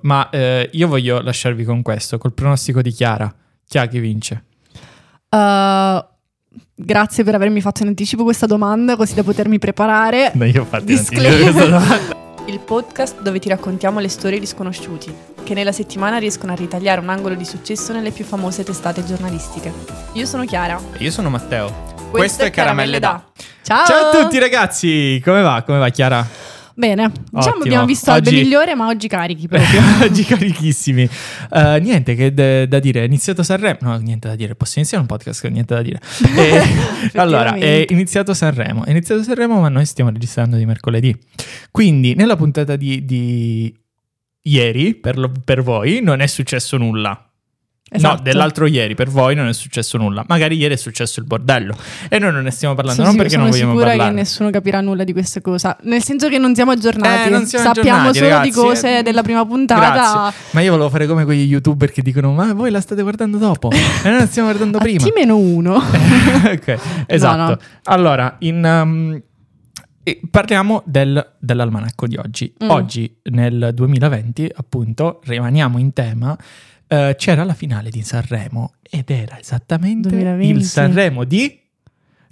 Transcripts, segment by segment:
Ma eh, io voglio lasciarvi con questo, col pronostico di Chiara. Chi ha che vince? Uh, grazie per avermi fatto in anticipo questa domanda, così da potermi preparare. No, io ho fatto in anticipo Disclaimer. questa domanda. Il podcast dove ti raccontiamo le storie di sconosciuti, che nella settimana riescono a ritagliare un angolo di successo nelle più famose testate giornalistiche. Io sono Chiara. Io sono Matteo. Questo, è Caramelle da. Oh. Ciao! Ciao a tutti ragazzi, come va? Come va Chiara? Bene, diciamo Ottimo. che abbiamo visto Oggi- Albe migliore, ma oggi carichi proprio. Oggi carichissimi. Eh, niente che de- da dire, è iniziato Sanremo. No, niente da dire, posso iniziare un podcast che ho niente da dire. Eh, allora, eh, è Effettivamente. iniziato Sanremo. È iniziato Sanremo, ma noi stiamo registrando di mercoledì. Quindi, nella puntata di, di ieri, per, lo- per voi, non è successo nulla. No, Esatto. dell'altro ieri, per voi non è successo nulla. Magari ieri è successo il bordello. E noi non ne stiamo parlando, Sono, non sic- perché non sono vogliamo sicura parlare. che nessuno capirà nulla di questa cosa. Nel senso che non siamo aggiornati, Eh, non siamo sappiamo aggiornati, solo ragazzi. di cose della prima puntata. Ma io volevo fare come quegli youtuber che dicono: Ma voi la state guardando dopo, e noi la stiamo guardando A prima. T-1. ok, esatto. no. Allora, in, um, eh, parliamo del- dell'almanacco di oggi. Mm. Oggi, nel 2020, appunto, rimaniamo in tema. eh, c'era la finale di Sanremo ed era esattamente 2020. il Sanremo di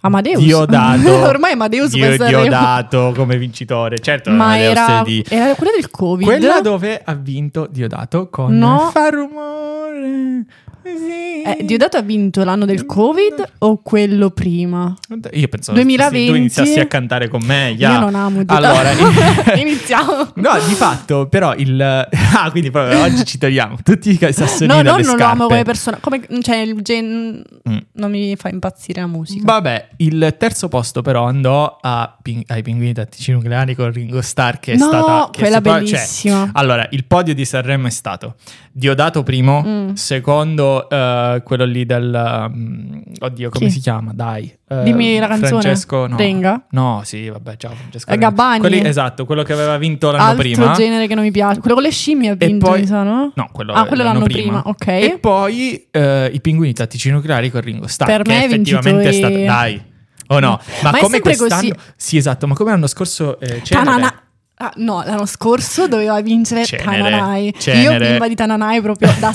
Amadeus. Diodato. Ormai Amadeus Dio- questa Diodato come vincitore. Certo, non Ma Amadeus era, di- era quella del Covid. Quella dove ha vinto Diodato con No. Fa rumore. Sì. Eh, Diodato ha vinto l'anno del Covid o quello prima? Io penso 2020. che tu iniziassi a cantare con me. ya. Io non amo Diodato. Allora, iniziamo. No, di fatto, però il Ah, quindi proprio oggi ci togliamo tutti i sassolini No, no, dalle non scarpe. lo amo come persona. Come, cioè, il gen... Mm. Non mi fa impazzire la musica. Vabbè, il terzo posto però andò a Pin- ai pinguini tattici nucleari con Ringo Starr che è no, stata che quella si parla- cioè, bellissima. allora, il podio di Sanremo è stato Diodato primo, Mm. secondo eh, quello lì del... mm, oddio, come Chi? si chiama? Dai. eh, Dimmi la canzone. Francesco, no. Renga? No, sì, vabbè, ciao Francesco. Eh, Renga. Gabbani? Quelli- esatto, quello che aveva vinto l'anno Altro prima. genere che non mi piace. Quello con le scimmie ha E vinto, poi- mi sa, no? No, quello, Ah, quello l'anno l'anno prima, ok. E poi eh, i pinguini tattici nucleari con Ringo Starr. Per che me è effettivamente è vincitore- stato... Dai. O no? Ma, Ma è come sempre quest'anno... così. Sì, esatto, ma come l'anno scorso eh, c'era... Tanana- Ah, no, l'anno scorso doveva vincere Cenere, Tananai. Io Cenere. bimba di Tananai proprio da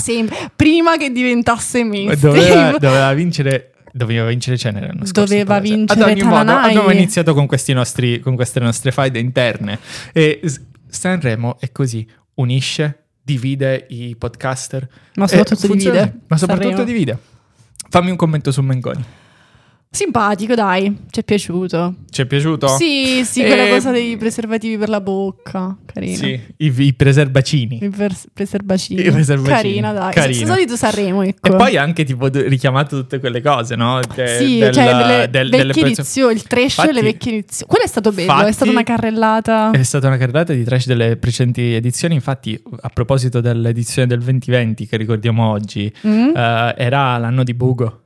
sempre, prima che diventasse mainstream. Eh, Doveva, doveva vincere. Doveva vincere Cenere l'anno scorso. Doveva palese. vincere Ad ogni modo, Tananai. abbiamo iniziato con, questi nostri, con queste nostre faide interne. E s- Sanremo è così: unisce, divide i podcaster. Ma Eh, soprattutto funziona divide. così. Ma soprattutto Sanremo. divide. Fammi un commento su Mengoni. Simpatico, dai, ci è piaciuto. Ci è piaciuto? Sì, sì, quella Eh, cosa dei preservativi per la bocca, carina. Sì, i, i preserbacini. I pers- preservacini. I preservacini. Carina, dai. Carina. Sì, solito Sanremo, ecco. E poi ha anche tipo d- richiamato tutte quelle cose, no? De- sì, del- cioè del- delle, delle vecchie persone- edizioni, il trash Infatti- delle vecchie edizioni. Quello è stato bello, è infatti- stata una carrellata. È stata una carrellata di trash delle precedenti edizioni. Infatti, a proposito dell'edizione del 2020 che ricordiamo oggi, Mm? eh, era l'anno di Bugo.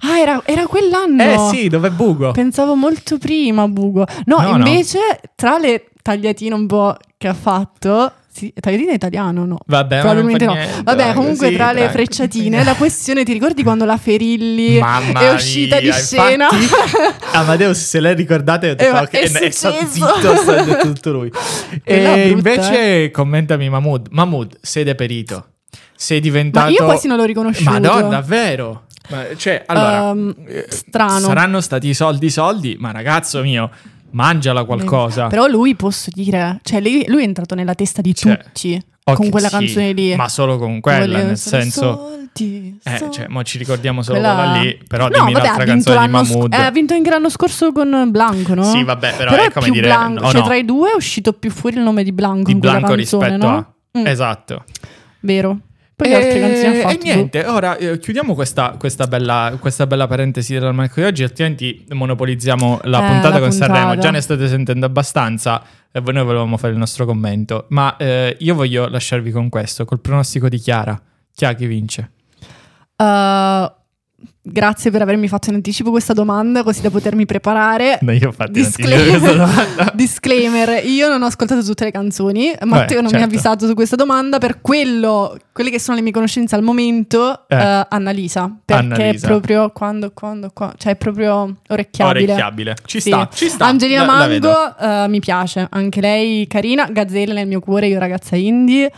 Ah, era, era quell'anno. Eh sì, dov'è Bugo? Pensavo molto prima, Bugo. No, No, no. invece, tra le tagliatine un po' che ha fatto... Sì, tagliatine italiano, no. Vabbè, ma Probabilmente non no. fa niente, Vabbè, dai, comunque sì, tra le dai. frecciatine, la questione, ti ricordi quando la Ferilli Mamma è uscita di mia, scena? infatti, Amadeus, se lei ricordate, ho detto Eh, ma "Ok", è e sto successo. zitto, sto ha detto tutto lui. Quella e è brutta, eh. invece commentami Mahmood, Mahmood, sei deperito. Sei diventato Ma io quasi non l'ho riconosciuto. Madonna, davvero? Ma, cioè, allora, Ehm, eh, strano. Saranno stati soldi, soldi, ma ragazzo mio, mangiala qualcosa. Però lui posso dire, cioè lei- lui è entrato nella testa di Cioè, tutti Ok, con quella sì, canzone lì. Ma solo con quella, Volevo nel solo senso soldi, eh, soldi. cioè, mo ci ricordiamo solo Quella- quella, lì, però No, dimmi vabbè, l'altra ha vinto canzone di l'anno sc- Mahmood. eh, ha vinto anche l'anno scorso con Blanco, no? Sì, vabbè, però, Però è è come più dire Blanco, o cioè no, tra i due è uscito più fuori il nome di Blanco di in quella Blanco canzone, rispetto no? a Mm, Esatto. Vero. Poi che altre canzoni ha fatto? boh. E niente, ora eh, chiudiamo questa, questa bella, questa bella parentesi dell'almanacco di oggi, altrimenti monopolizziamo la Eh, puntata la con puntata. Sanremo. Già ne state sentendo abbastanza e voi- noi volevamo fare il nostro commento. Ma eh, io voglio lasciarvi con questo, col pronostico di Chiara. Chi ha che vince? Uh, grazie per avermi fatto in anticipo questa domanda, così da potermi preparare. No, io ho fatto Disclaimer. Disclaimer, io non ho ascoltato tutte le canzoni, Matteo non mi ha certo. avvisato su questa domanda, per quello, quelle che sono le mie conoscenze al momento, Eh. eh, Annalisa, perché Annalisa. è proprio quando, quando, qua- cioè è proprio orecchiabile. Orecchiabile. Ci Sì. sta, ci sta. Angelina La- la vedo. Mango eh, mi piace, anche lei carina, Gazzelle nel mio cuore, io ragazza indie.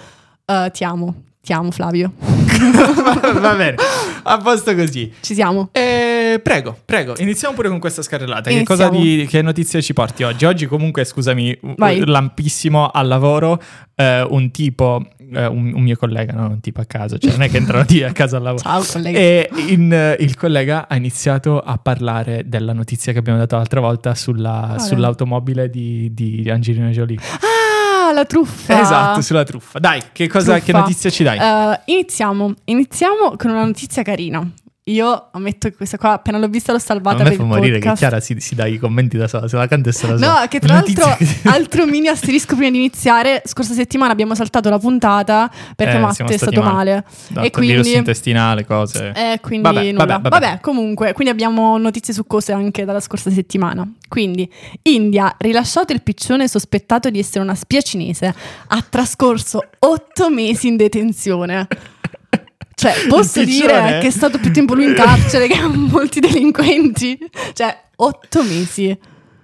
eh, ti amo, ti amo Flavio. Va bene, a posto così. Ci siamo. Eh, prego, prego, iniziamo pure con questa scarrellata. Che, Iniziamo. cosa di- che notizie ci porti oggi? Oggi comunque, scusami, u- Vai. lampissimo al lavoro, eh, un tipo, eh, un, un mio collega, no, un tipo a caso, cioè non è che entrano di a casa al lavoro. Ciao collega. E in- eh, il collega ha iniziato a parlare della notizia che abbiamo dato l'altra volta sulla- Quale? sull'automobile di, di Angelina Jolie. Ah, la truffa. Esatto, sulla truffa. Dai, che, cosa, che Truffa. notizia ci dai? Eh, iniziamo. Iniziamo con una notizia carina. Io ammetto che questa qua, appena l'ho vista, l'ho salvata a me per fa il morire che podcast. Chiara si, si dà i commenti da sola, se la canta e se la sola. No, che tra l'altro, Notizie- altro mini asterisco prima di iniziare. Scorsa settimana abbiamo saltato la puntata perché Eh, Matte siamo è stati stato male. No, e virus quindi- intestinale, cose. Eh, quindi Vabbè, nulla. vabbè, Vabbè, vabbè. comunque, quindi abbiamo notizie su cose anche dalla scorsa settimana. Quindi, India, rilasciato il piccione sospettato di essere una spia cinese, ha trascorso otto mesi in detenzione. Cioè, posso Il piccione? dire che è stato più tempo lui in carcere che molti delinquenti? Cioè, otto mesi.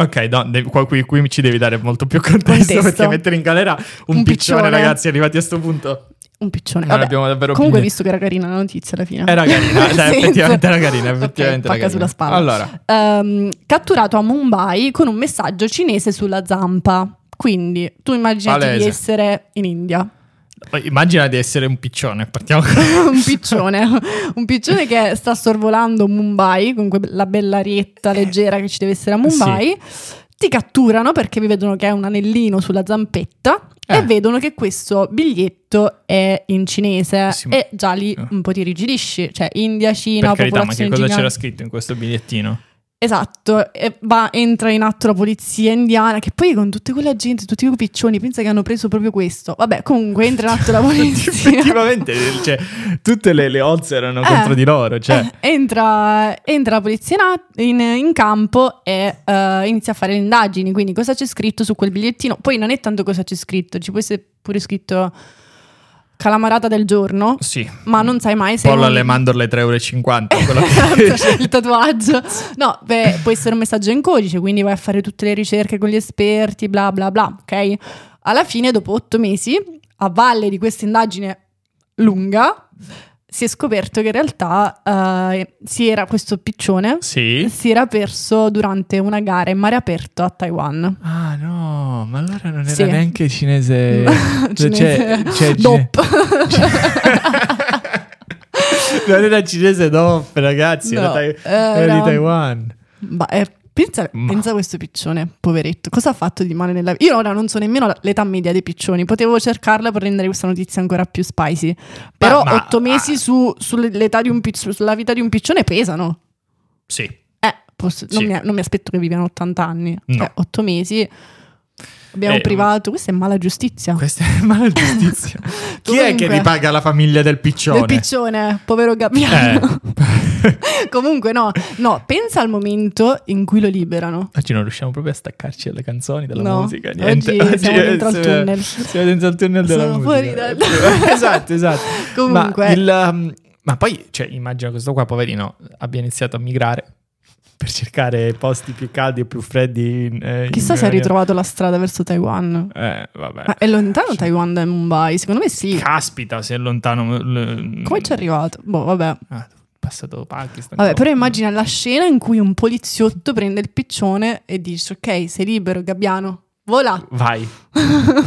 Ok, no, de- qua- qui, qui ci devi dare molto più contesto, Contesto. perché mettere in galera un, Un piccione, piccione. ragazzi, arrivati a sto punto. Un piccione. Non Vabbè. Ah, abbiamo davvero Comunque più hai visto che era carina la notizia alla fine. Era carina, Nel cioè, senso- effettivamente era carina, Ok, effettivamente era pacca carina. sulla spalla. Allora, Ehm, catturato a Mumbai con un messaggio cinese sulla zampa. Quindi tu immaginati di Palese. essere in India. Poi Immagina di essere un piccione, partiamo con... un piccione, un piccione che sta sorvolando Mumbai con quella bella rietta leggera che ci deve essere a Mumbai. Ti catturano perché vi vedono che hai un anellino sulla zampetta Eh. e vedono che questo biglietto è in cinese Sì, ma- eh. e già lì un po' ti rigidisci, cioè India, Cina, per carità, ma che popolazione cosa gigante. c'era scritto in questo bigliettino? Esatto, e va- entra in atto la polizia indiana, che poi con tutta quella gente, tutti quei piccioni, pensa che hanno preso proprio questo. Vabbè, comunque entra in atto la polizia. Effettivamente, cioè, tutte le, le odds erano Eh. contro di loro, cioè... Eh, entra, entra la polizia in at- in, in campo e eh, inizia a fare le indagini. Quindi, cosa c'è scritto su quel bigliettino? Poi non è tanto cosa c'è scritto, ci può essere pure scritto calamarata del giorno, Sì. ma non sai mai se. Pollo un- Esatto. alle mandorle 3,50 euro. Quello che... il tatuaggio. No, beh, può essere un messaggio in codice, quindi vai a fare tutte le ricerche con gli esperti, bla bla bla, ok? Alla fine, dopo otto mesi, a valle di questa indagine lunga, si è scoperto che in realtà eh, si era questo piccione sì. si era perso durante una gara in mare aperto a Taiwan. Ah no, ma allora non era Sì. neanche cinese. Cinese. Cioè, cioè, Dop. cine- non era cinese DOP, ragazzi, era, No, Tai- era- era di Taiwan. Ma, eh, pensa, Ma- pensa a questo piccione, poveretto, cosa ha fatto di male nella vita? Io ora non so nemmeno la- l'età media dei piccioni, potevo cercarla per rendere questa notizia ancora più spicy. Però ma- ah. otto mesi su- sull'età di un piccio- sulla vita di un piccione pesano. Sì. Eh, posso- non, Sì. mi, non mi aspetto che viviano 80 anni, No. cioè 8 mesi. Abbiamo Eh, privato, questa è mala giustizia. Questa è mala giustizia. Chi è che Comunque- ripaga la famiglia del piccione? Del piccione, povero gabbiano. Eh. Comunque no, no, pensa al momento in cui lo liberano. Oggi non riusciamo proprio a staccarci dalle canzoni, dalla No, musica, oggi niente. siamo dentro al siamo- tunnel. Siamo dentro al tunnel della Sono musica. fuori dal- esatto, esatto. Comunque. Ma, il, um, ma poi, cioè, immagino questo qua, poverino, abbia iniziato a migrare per cercare posti più caldi e più freddi. in- eh, in Chissà se ha Oriente. ritrovato la strada verso Taiwan. Eh, vabbè. Ma è lontano Taiwan da Mumbai? Secondo me sì. Caspita, se è lontano... l- Come ci è arrivato? Boh, vabbè. Ah, passato Pakistan. Vabbè, però no. immagina la scena in cui un poliziotto prende il piccione e dice: Ok, sei libero, gabbiano, vola. Vai,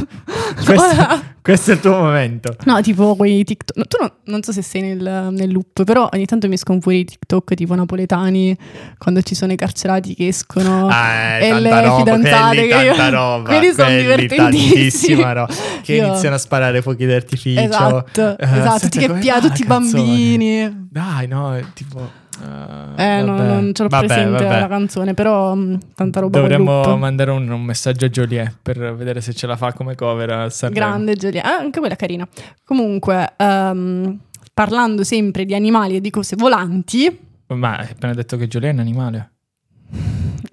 questo, Vola. questo è il tuo momento. No, tipo quei TikTok. no, tu non, non so se sei nel, nel loop, però ogni tanto mi escono fuori i TikTok tipo napoletani quando ci sono i carcerati che escono. Ah, e tanta le roba, fidanzate quelli, che io- tanta roba, quelli sono quelli divertentissimi. tantissima roba, che Io- iniziano a sparare fuochi d'artificio. esatto, Eh, esatto. aspetta, Tutti che come pia, va tutti i la canzone? bambini. Dai, no, è tipo eh, Eh, no, vabbè. non ce l'ho Vabbè, presente vabbè. la canzone, però mh, tanta roba col Dovremmo loop. mandare un, un messaggio a Joliet per vedere se ce la fa come cover a Sanremo. Grande Giulia, Ah, anche quella carina. Comunque, ehm, parlando sempre di animali e di cose volanti, Ma hai appena detto che Joliet è un animale.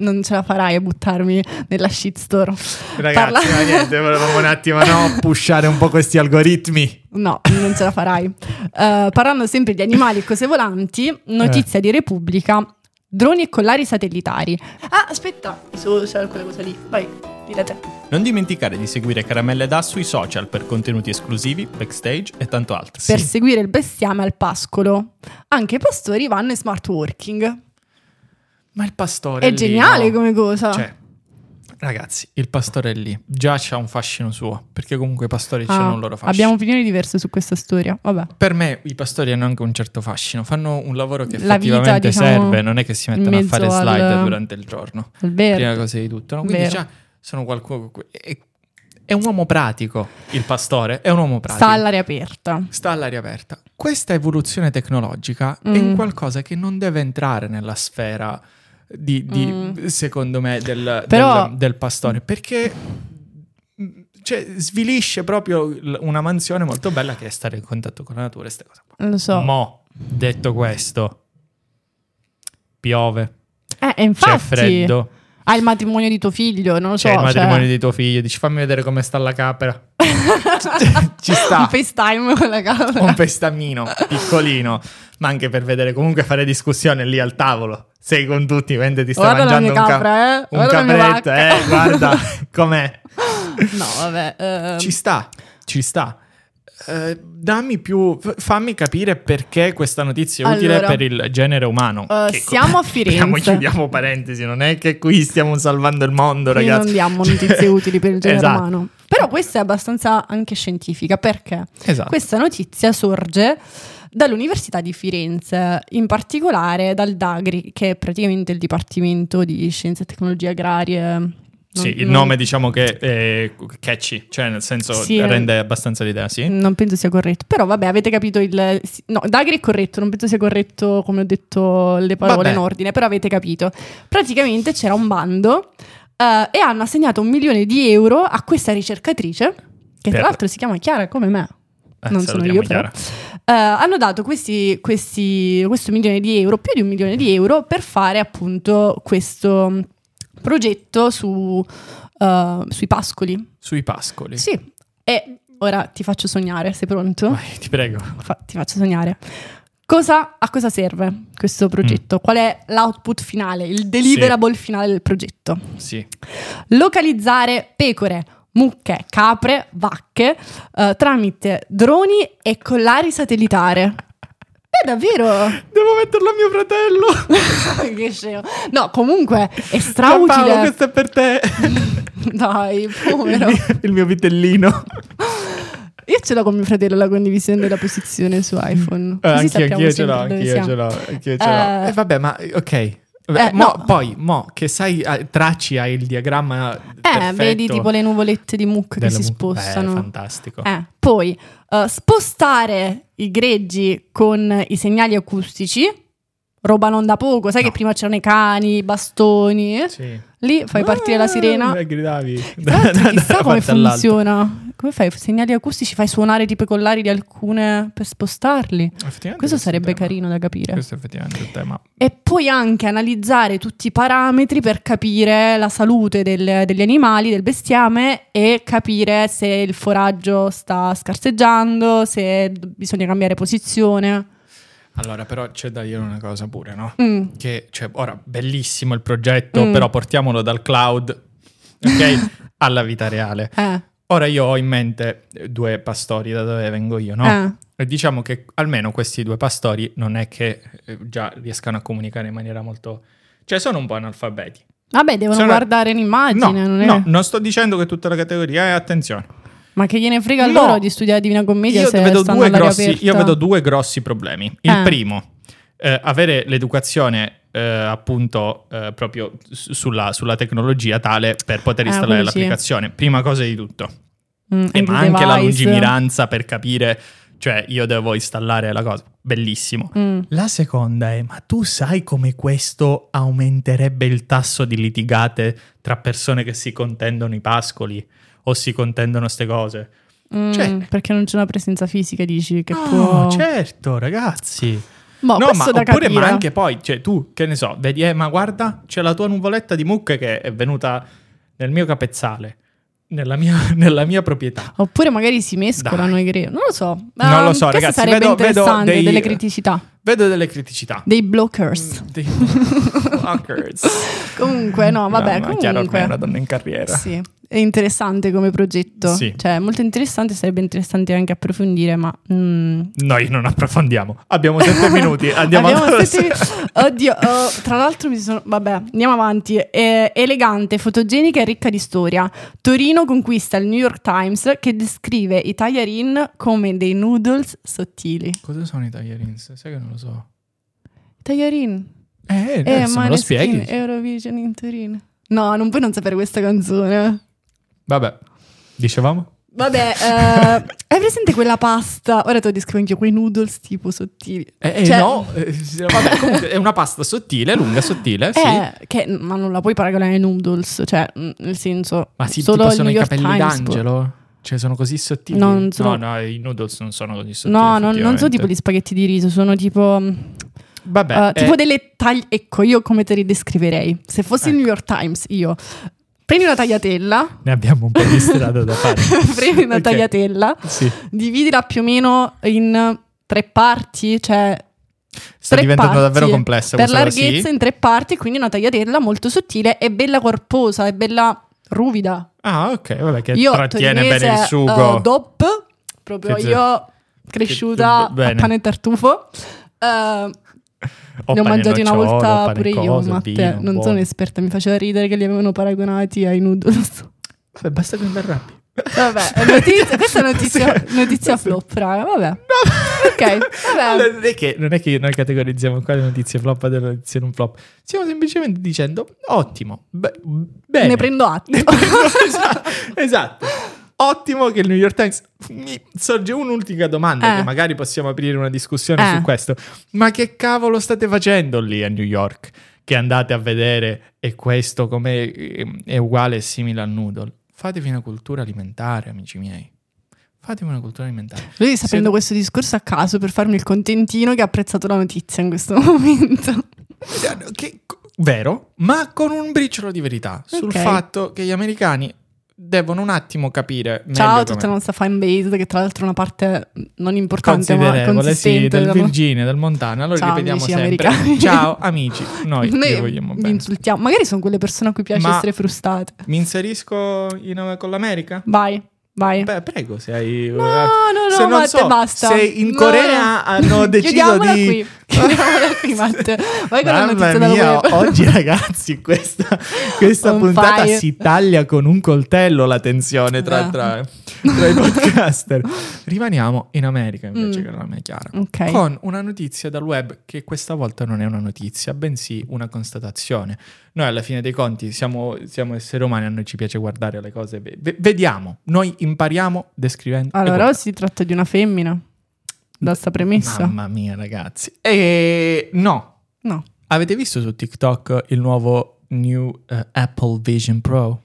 non ce la farai a buttarmi nella shitstorm. Ragazzi, Parla- ma niente, volevamo un attimo no, pushare un po' questi algoritmi. No, non ce la Eh. farai. Eh, parlando sempre di animali e cose volanti, notizia di Repubblica. Droni e collari satellitari. Ah, aspetta, su, c'è quella cosa lì. Vai, dilla te. Non dimenticare di seguire Caramelle Da sui social per contenuti esclusivi, backstage e tanto altro. Per seguire il bestiame al pascolo. Anche i pastori vanno in smart working. Ma il pastore È lì, geniale no? come cosa. Cioè, ragazzi, il pastore è lì. Già c'ha un fascino suo, perché comunque i pastori Ah, c'hanno un loro fascino. abbiamo opinioni diverse su questa storia. Vabbè. Per me i pastori hanno anche un certo fascino, fanno un lavoro che La vita, effettivamente diciamo, serve, non è che si in mettono a mezzo fare slide al- durante il giorno. È vero. Prima cosa di tutto, no? quindi Vero. già sono qualcuno è, è un uomo pratico, il pastore è un uomo pratico. Sta all'aria aperta. Sta all'aria aperta. Questa evoluzione tecnologica è Mm. un qualcosa che non deve entrare nella sfera di, di- Mm. secondo me del, Però- del- del pastore, perché mm, cioè, svilisce proprio l- una mansione molto bella che è stare in contatto con la natura e queste cose qua. Lo so. Mo, detto questo, piove, eh, e c'è infatti. freddo, Hai il matrimonio di tuo figlio, non lo so. c'è il matrimonio cioè, di tuo figlio, dici fammi vedere come sta la capra. Ci sta. Un FaceTime con la camera. un pestamino piccolino, ma anche per vedere comunque fare discussione lì al tavolo. Sei con tutti, mentre ti stai Guarda la mangiando mia un, ca- capra, eh. un Guarda la mia capretto, vacca. eh, guarda com'è. No, vabbè. ehm, Ci sta, ci sta. Eh, dammi più, f- fammi capire perché questa notizia è utile Allora, per il genere umano. eh, Che co- siamo a Firenze. apriamo, chiudiamo parentesi, non è che qui stiamo salvando il mondo, Qui ragazzi. non diamo notizie Cioè, utili per il genere esatto, umano. Però questa è abbastanza anche scientifica perché Esatto. questa notizia sorge dall'Università di Firenze, in particolare dal DAGRI, che è praticamente il Dipartimento di Scienze e Tecnologie Agrarie. Non- Sì, il non- nome diciamo che è catchy, cioè nel senso Sì, eh. Mm, rende abbastanza l'idea, sì? Non penso sia corretto, però vabbè, avete capito il... sì, No, Dagri è corretto, non penso sia corretto come ho detto le parole Vabbè. in ordine, però avete capito. Praticamente c'era un bando eh, e hanno assegnato un milione di euro a questa ricercatrice, che Per- tra l'altro si chiama Chiara come me. Eh, non sono salutiamo io, però. Chiara. Eh, hanno dato questi, questi- questo milione di euro, più di un milione di euro, per fare appunto questo mh, progetto su, eh, sui pascoli. Sui pascoli. Sì, e ora ti faccio sognare, sei pronto? Vai, ti prego. Fa- ti faccio sognare. Cosa- a cosa serve questo progetto? Qual è l'output finale, il deliverable finale del progetto? Sì. Localizzare pecore, mucche, capre, vacche eh, tramite droni e collari satellitare. È davvero Devo metterlo a mio fratello. che scemo. No, comunque è Paolo, strautile. questo è per te. Dai, il, povero. mio, il mio vitellino. Io ce l'ho con mio fratello la condivisione della posizione su iPhone. Eh, Così anch'io, sappiamo anch'io ce l'ho, sempre dove anch'io siamo. ce l'ho, anch'io ce l'ho. Eh, Eh, vabbè, ma ok. Vabbè, eh, mo- no. Poi, mo, che sai, eh, tracci, hai il diagramma Eh, perfetto vedi tipo le nuvolette di mucche che delle si mu- spostano. Beh, fantastico. Eh, poi eh, spostare i greggi con i segnali acustici, roba non da poco, sai No. che prima c'erano i cani, i bastoni, eh? Sì. lì fai partire la Ah, sirena. eh, gridavi. Tra l'altro, Da- da- Esatto, chissà da come parte all'altra. funziona. Come fai? Segnali acustici, fai suonare tipo i collari di alcune per spostarli. Effettivamente Questo è un sarebbe tema. carino cioè. da capire. Questo è effettivamente il tema. E poi anche analizzare tutti i parametri per capire la salute del- degli animali, del bestiame e capire se il foraggio sta scarseggiando, se d- bisogna cambiare posizione. Allora, però c'è da dire una cosa pure, no? Mm. che cioè, ora bellissimo il progetto, Mm. però portiamolo dal cloud ok, alla vita reale. Eh, Ora io ho in mente eh, due pastori da dove vengo io, no? eh. E diciamo che almeno questi due pastori non è che eh, già riescano a comunicare in maniera molto cioè sono un po' analfabeti. Vabbè, devono Sono- guardare No, un'immagine, non è? no, non sto dicendo che tutta la categoria è attenzione. Ma che gliene frega No. loro di studiare Divina Commedia Io se vedo, stanno due all'aria grossi, aperta? io vedo due grossi problemi. Il Eh. primo, eh, avere l'educazione eh, appunto eh, proprio su- sulla, sulla tecnologia tale per poter Ah, installare quindi sì. l'applicazione. Prima cosa di tutto. Mm, E and ma the anche la device. lungimiranza per capire, cioè io devo installare la cosa. Bellissimo. Mm. La seconda è, ma tu sai come questo aumenterebbe il tasso di litigate tra persone che si contendono i pascoli o si contendono ste cose? Mm, Cioè- Perché non c'è una presenza fisica, dici, che No, può... certo, ragazzi. Boh, no, ma questo da oppure ma capire. anche poi, cioè tu, che ne so, vedi, eh, ma guarda, c'è la tua nuvoletta di mucche che è venuta nel mio capezzale. nella mia, nella mia proprietà. Oppure magari si mescolano i greu. Non lo so. Ma Non lo so, questo ragazzi, sarebbe vedo- vedo interessante, dei- Mm. delle criticità, Vedo delle criticità. dei blockers. Dei- Fuckers. Comunque, no, vabbè, No, ma è chiaro, ormai è una comunque. donna in carriera. Sì, è interessante come progetto. Sì. Cioè, molto interessante, sarebbe interessante anche approfondire, ma... mm, Noi non approfondiamo. Abbiamo sette minuti, andiamo Abbiamo avanti. sette- Oddio, oh, tra l'altro mi sono... Vabbè, andiamo avanti. Eh, elegante, fotogenica e ricca di storia. Torino conquista il New York Times che descrive i tagliarin come dei noodles sottili. Cosa sono i taglierins? Sai che non lo so. Tagliarin. Eh, Eh, adesso me lo Maneskin, spieghi. Eurovision in Torino. No, non puoi non sapere questa canzone. Vabbè, dicevamo? Vabbè, eh, hai presente quella pasta? Ora te lo descrivo anche io, quei noodles tipo sottili. Eh, eh, Cioè- no, eh, sì, vabbè, comunque è una pasta sottile, lunga, sottile, sì. Eh, che, ma non la puoi paragonare ai noodles, cioè, mh, nel senso, Ma sì, solo tipo sono i il New York capelli Times può- d'angelo. Cioè, sono così sottili. Non sono- No, no, i noodles non sono così sottili. No, non, non sono Certo, tipo effettivamente. gli spaghetti di riso, sono tipo, mh, Vabbè, eh, tipo eh, delle taglie. Ecco, io come te li descriverei? Se fossi Ecco. il New York Times, io prendi una tagliatella, ne abbiamo un po' di strada da fare. prendi una Ok, tagliatella, Sì. dividila più o meno in tre parti, cioè Sta tre diventando parti. davvero complessa per questa larghezza Sì. in tre parti, quindi una tagliatella molto sottile e bella corposa, e bella ruvida. Ah, ok, vabbè, che io trattiene torinese, bene il sugo. eh, DOP, proprio Che- io cresciuta che- bene. a pane e tartufo. eh, O ne ho pane mangiati una nocciolo, volta pane pure io, coso, Matteo. vino, boh. Non buono. sono esperta, mi faceva ridere che li avevano paragonati ai noodles. Vabbè, basta che mi arrabbi. Vabbè, è notizia- questa è notizia, notizia flop, raga, vabbè. Ok, vabbè. Non è, che, non è che noi categorizziamo qua le notizie flop e le notizie non flop. Stiamo semplicemente dicendo ottimo, be- bene. Ne prendo atto. Ne prendo- esatto, esatto. Ottimo che il New York Times... Mi sorge un'ultima domanda Eh. che magari possiamo aprire una discussione Eh. su questo. Ma che cavolo state facendo lì a New York? Che andate a vedere e questo come ehm, è uguale e simile al noodle. Fatevi una cultura alimentare, amici miei. Fatevi una cultura alimentare. Lui sta prendendo questo discorso a caso per farmi il contentino che ha apprezzato la notizia in questo momento. Eh. Che- vero, ma con un briciolo di verità sul Ok. fatto che gli americani devono un attimo capire meglio Ciao a come- tutta la nostra fan base, che tra l'altro è una parte non importante ma considerevole sì, consistente. del della- Virginia, del Montana. Allora Ciao, ripetiamo amici sempre: americani. Ciao amici, noi vi Noi vogliamo vi bene. insultiamo. Magari sono quelle persone a cui piace Ma- essere frustate. Mi inserisco in- eh, con l'America? Vai, vai. Beh, prego, se hai no, no, no, se non Matte, so, basta. se in No, Corea no. hanno deciso Chiudiamola di- qui. Chiudiamola qui, Matte. Vai con la Mamma notizia dal mia, web. oggi ragazzi, questa, questa On puntata fire. si taglia con un coltello la tensione tra, Eh. tra- tra i podcaster. Rimaniamo in America invece Mm. che non è chiaro. Ok. Con una notizia dal web che questa volta non è una notizia, bensì una constatazione. Noi alla fine dei conti siamo, siamo esseri umani, a noi ci piace guardare le cose. ve- ve- vediamo, noi impariamo descrivendo. e Allora, guardando. si tratta di una femmina. Da sta premessa. Mamma mia ragazzi. E no, No. Avete visto su TikTok il nuovo new eh, Apple Vision Pro?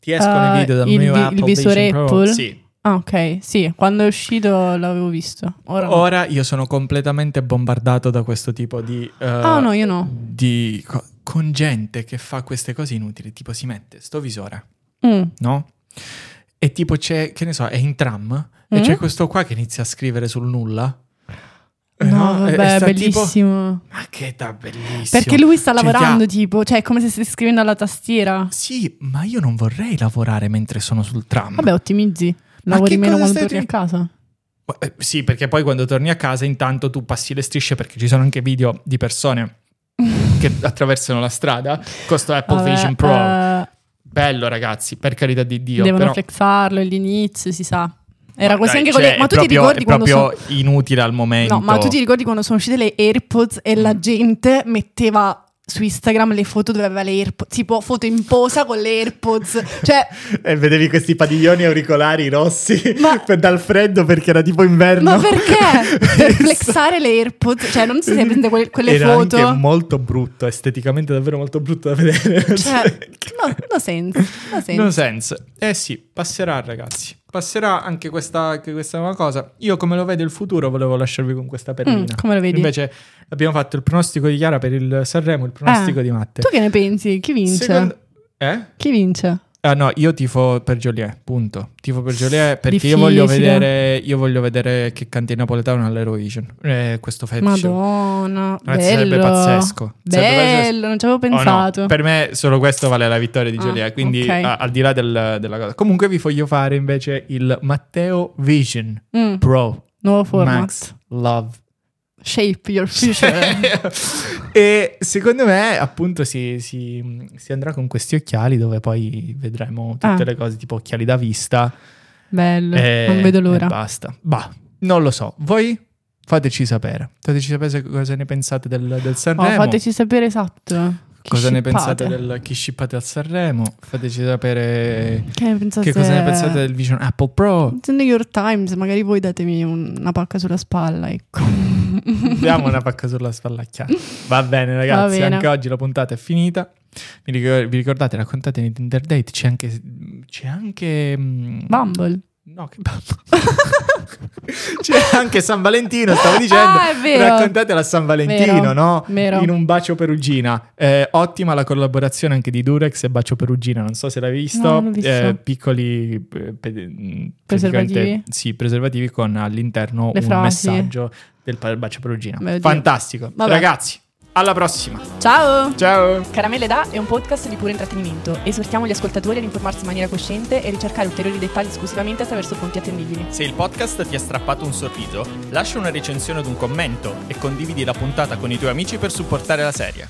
Ti escono Ah, i video dal il new vi- il Apple visore Vision Pro? Apple? Sì. Ah, ok. Sì, quando è uscito l'avevo visto. Ora no. Ora io sono completamente bombardato da questo tipo di... eh, Ah, no, io no. Di co- con gente che fa queste cose inutili, tipo si mette sto visore, Mm. no? E tipo c'è, che ne so, è in tram e Mm? c'è questo qua che inizia a scrivere sul nulla. Eh, No, E- e vabbè, sta Tipo, bellissimo. ma che da bellissimo. Perché lui sta Cioè, ti ha- lavorando, tipo, cioè è come se stesse scrivendo alla tastiera. Sì, ma io non vorrei lavorare mentre sono sul tram. Vabbè, ottimizzi. Ma Lavori che meno cosa quando stai torni a casa. Eh, Sì, perché poi quando torni a casa intanto tu passi le strisce perché ci sono anche video di persone che attraversano la strada con sto Apple Vabbè, Vision Pro. eh, Bello ragazzi, per carità di Dio. devono però... flexarlo all'inizio, si sa. Era così Dai, anche cioè, con le... Ma è tu ti proprio, ricordi è quando sono... proprio inutile al momento. No, ma tu ti ricordi quando sono uscite le AirPods e Mm. la gente metteva su Instagram le foto dove aveva le AirPods, tipo foto in posa con le AirPods. Cioè, E Eh, vedevi questi padiglioni auricolari rossi Ma- dal freddo perché era tipo inverno. ma perché? per flexare le AirPods, cioè non so se hai presente quelle, quelle Esatto. era foto. anche molto brutto, esteticamente davvero molto brutto da vedere. Cioè, no, no senso, no senso. No sense. Eh sì, passerà ragazzi. Passerà anche questa, anche questa nuova cosa. Io come lo vedo il futuro volevo lasciarvi con questa perlina. Mm, come lo vedi? Invece abbiamo fatto il pronostico di Ah, Chiara per il Sanremo, il pronostico di Matte. Tu che ne pensi? Chi vince? Secondo- Eh? Chi vince? Ah, no, io tifo per Joliet, punto. Tifo per Joliet perché io Difficile. voglio, vedere, io vogl'o vedere che canti il napoletano all'Eurovision. Eh, questo fetish. Madonna, Ragazzi, sarebbe bello. pazzesco. Sarebbe pazzesco. Bello, non ci avevo Oh, no, pensato. Per me solo questo vale la vittoria di Joliet, Ah, quindi ok. a- al di là del- della cosa. Comunque vi voglio fare invece il Matteo Vision Mm, Pro nuovo format. Max Love Shape your future. e secondo me, appunto, si, si- si andrà con questi occhiali dove poi vedremo tutte Ah. le cose tipo occhiali da vista. eh, bello, e- non vedo E l'ora. basta. Bah, non lo so. Voi fateci sapere. Fateci sapere se- cosa ne pensate del, del Oh, Sanremo. fateci sapere esatto. chi Cosa ne shippate. pensate del chi shippate al Sanremo? Fateci sapere Che, ne pensate... che cosa ne pensate del Vision Apple Pro. The New York Times, magari voi datemi un- una pacca sulla spalla, ecco. Diamo una pacca sulla spallacchiata. Va bene, ragazzi. Va bene. Anche oggi la puntata è finita. Vi ricor- vi ricordate, raccontate nei Tinder Date. C'è anche. C'è anche. mm, Bumble. No, che Bumble. c'è anche San Valentino, stavo dicendo. Ah, è vero. Raccontatela a San Valentino, Vero, no? vero. In un bacio perugina. Eh, ottima la collaborazione anche di Durex e Bacio Perugina. Non so se l'hai visto. No, non l'ho visto. Eh, piccoli eh, pe- mh, Preservativi? praticamente- Sì, preservativi con all'interno Le un frasi. messaggio del pa- Bacio Perugina. Beh, oddio. Fantastico. Vabbè. Ragazzi, alla prossima. Ciao! Ciao. Caramelle da è un podcast di puro intrattenimento. Esortiamo gli ascoltatori ad informarsi in maniera cosciente e ricercare ulteriori dettagli esclusivamente attraverso fonti attendibili. Se il podcast ti ha strappato un sorriso, lascia una recensione ed un commento e condividi la puntata con i tuoi amici per supportare la serie.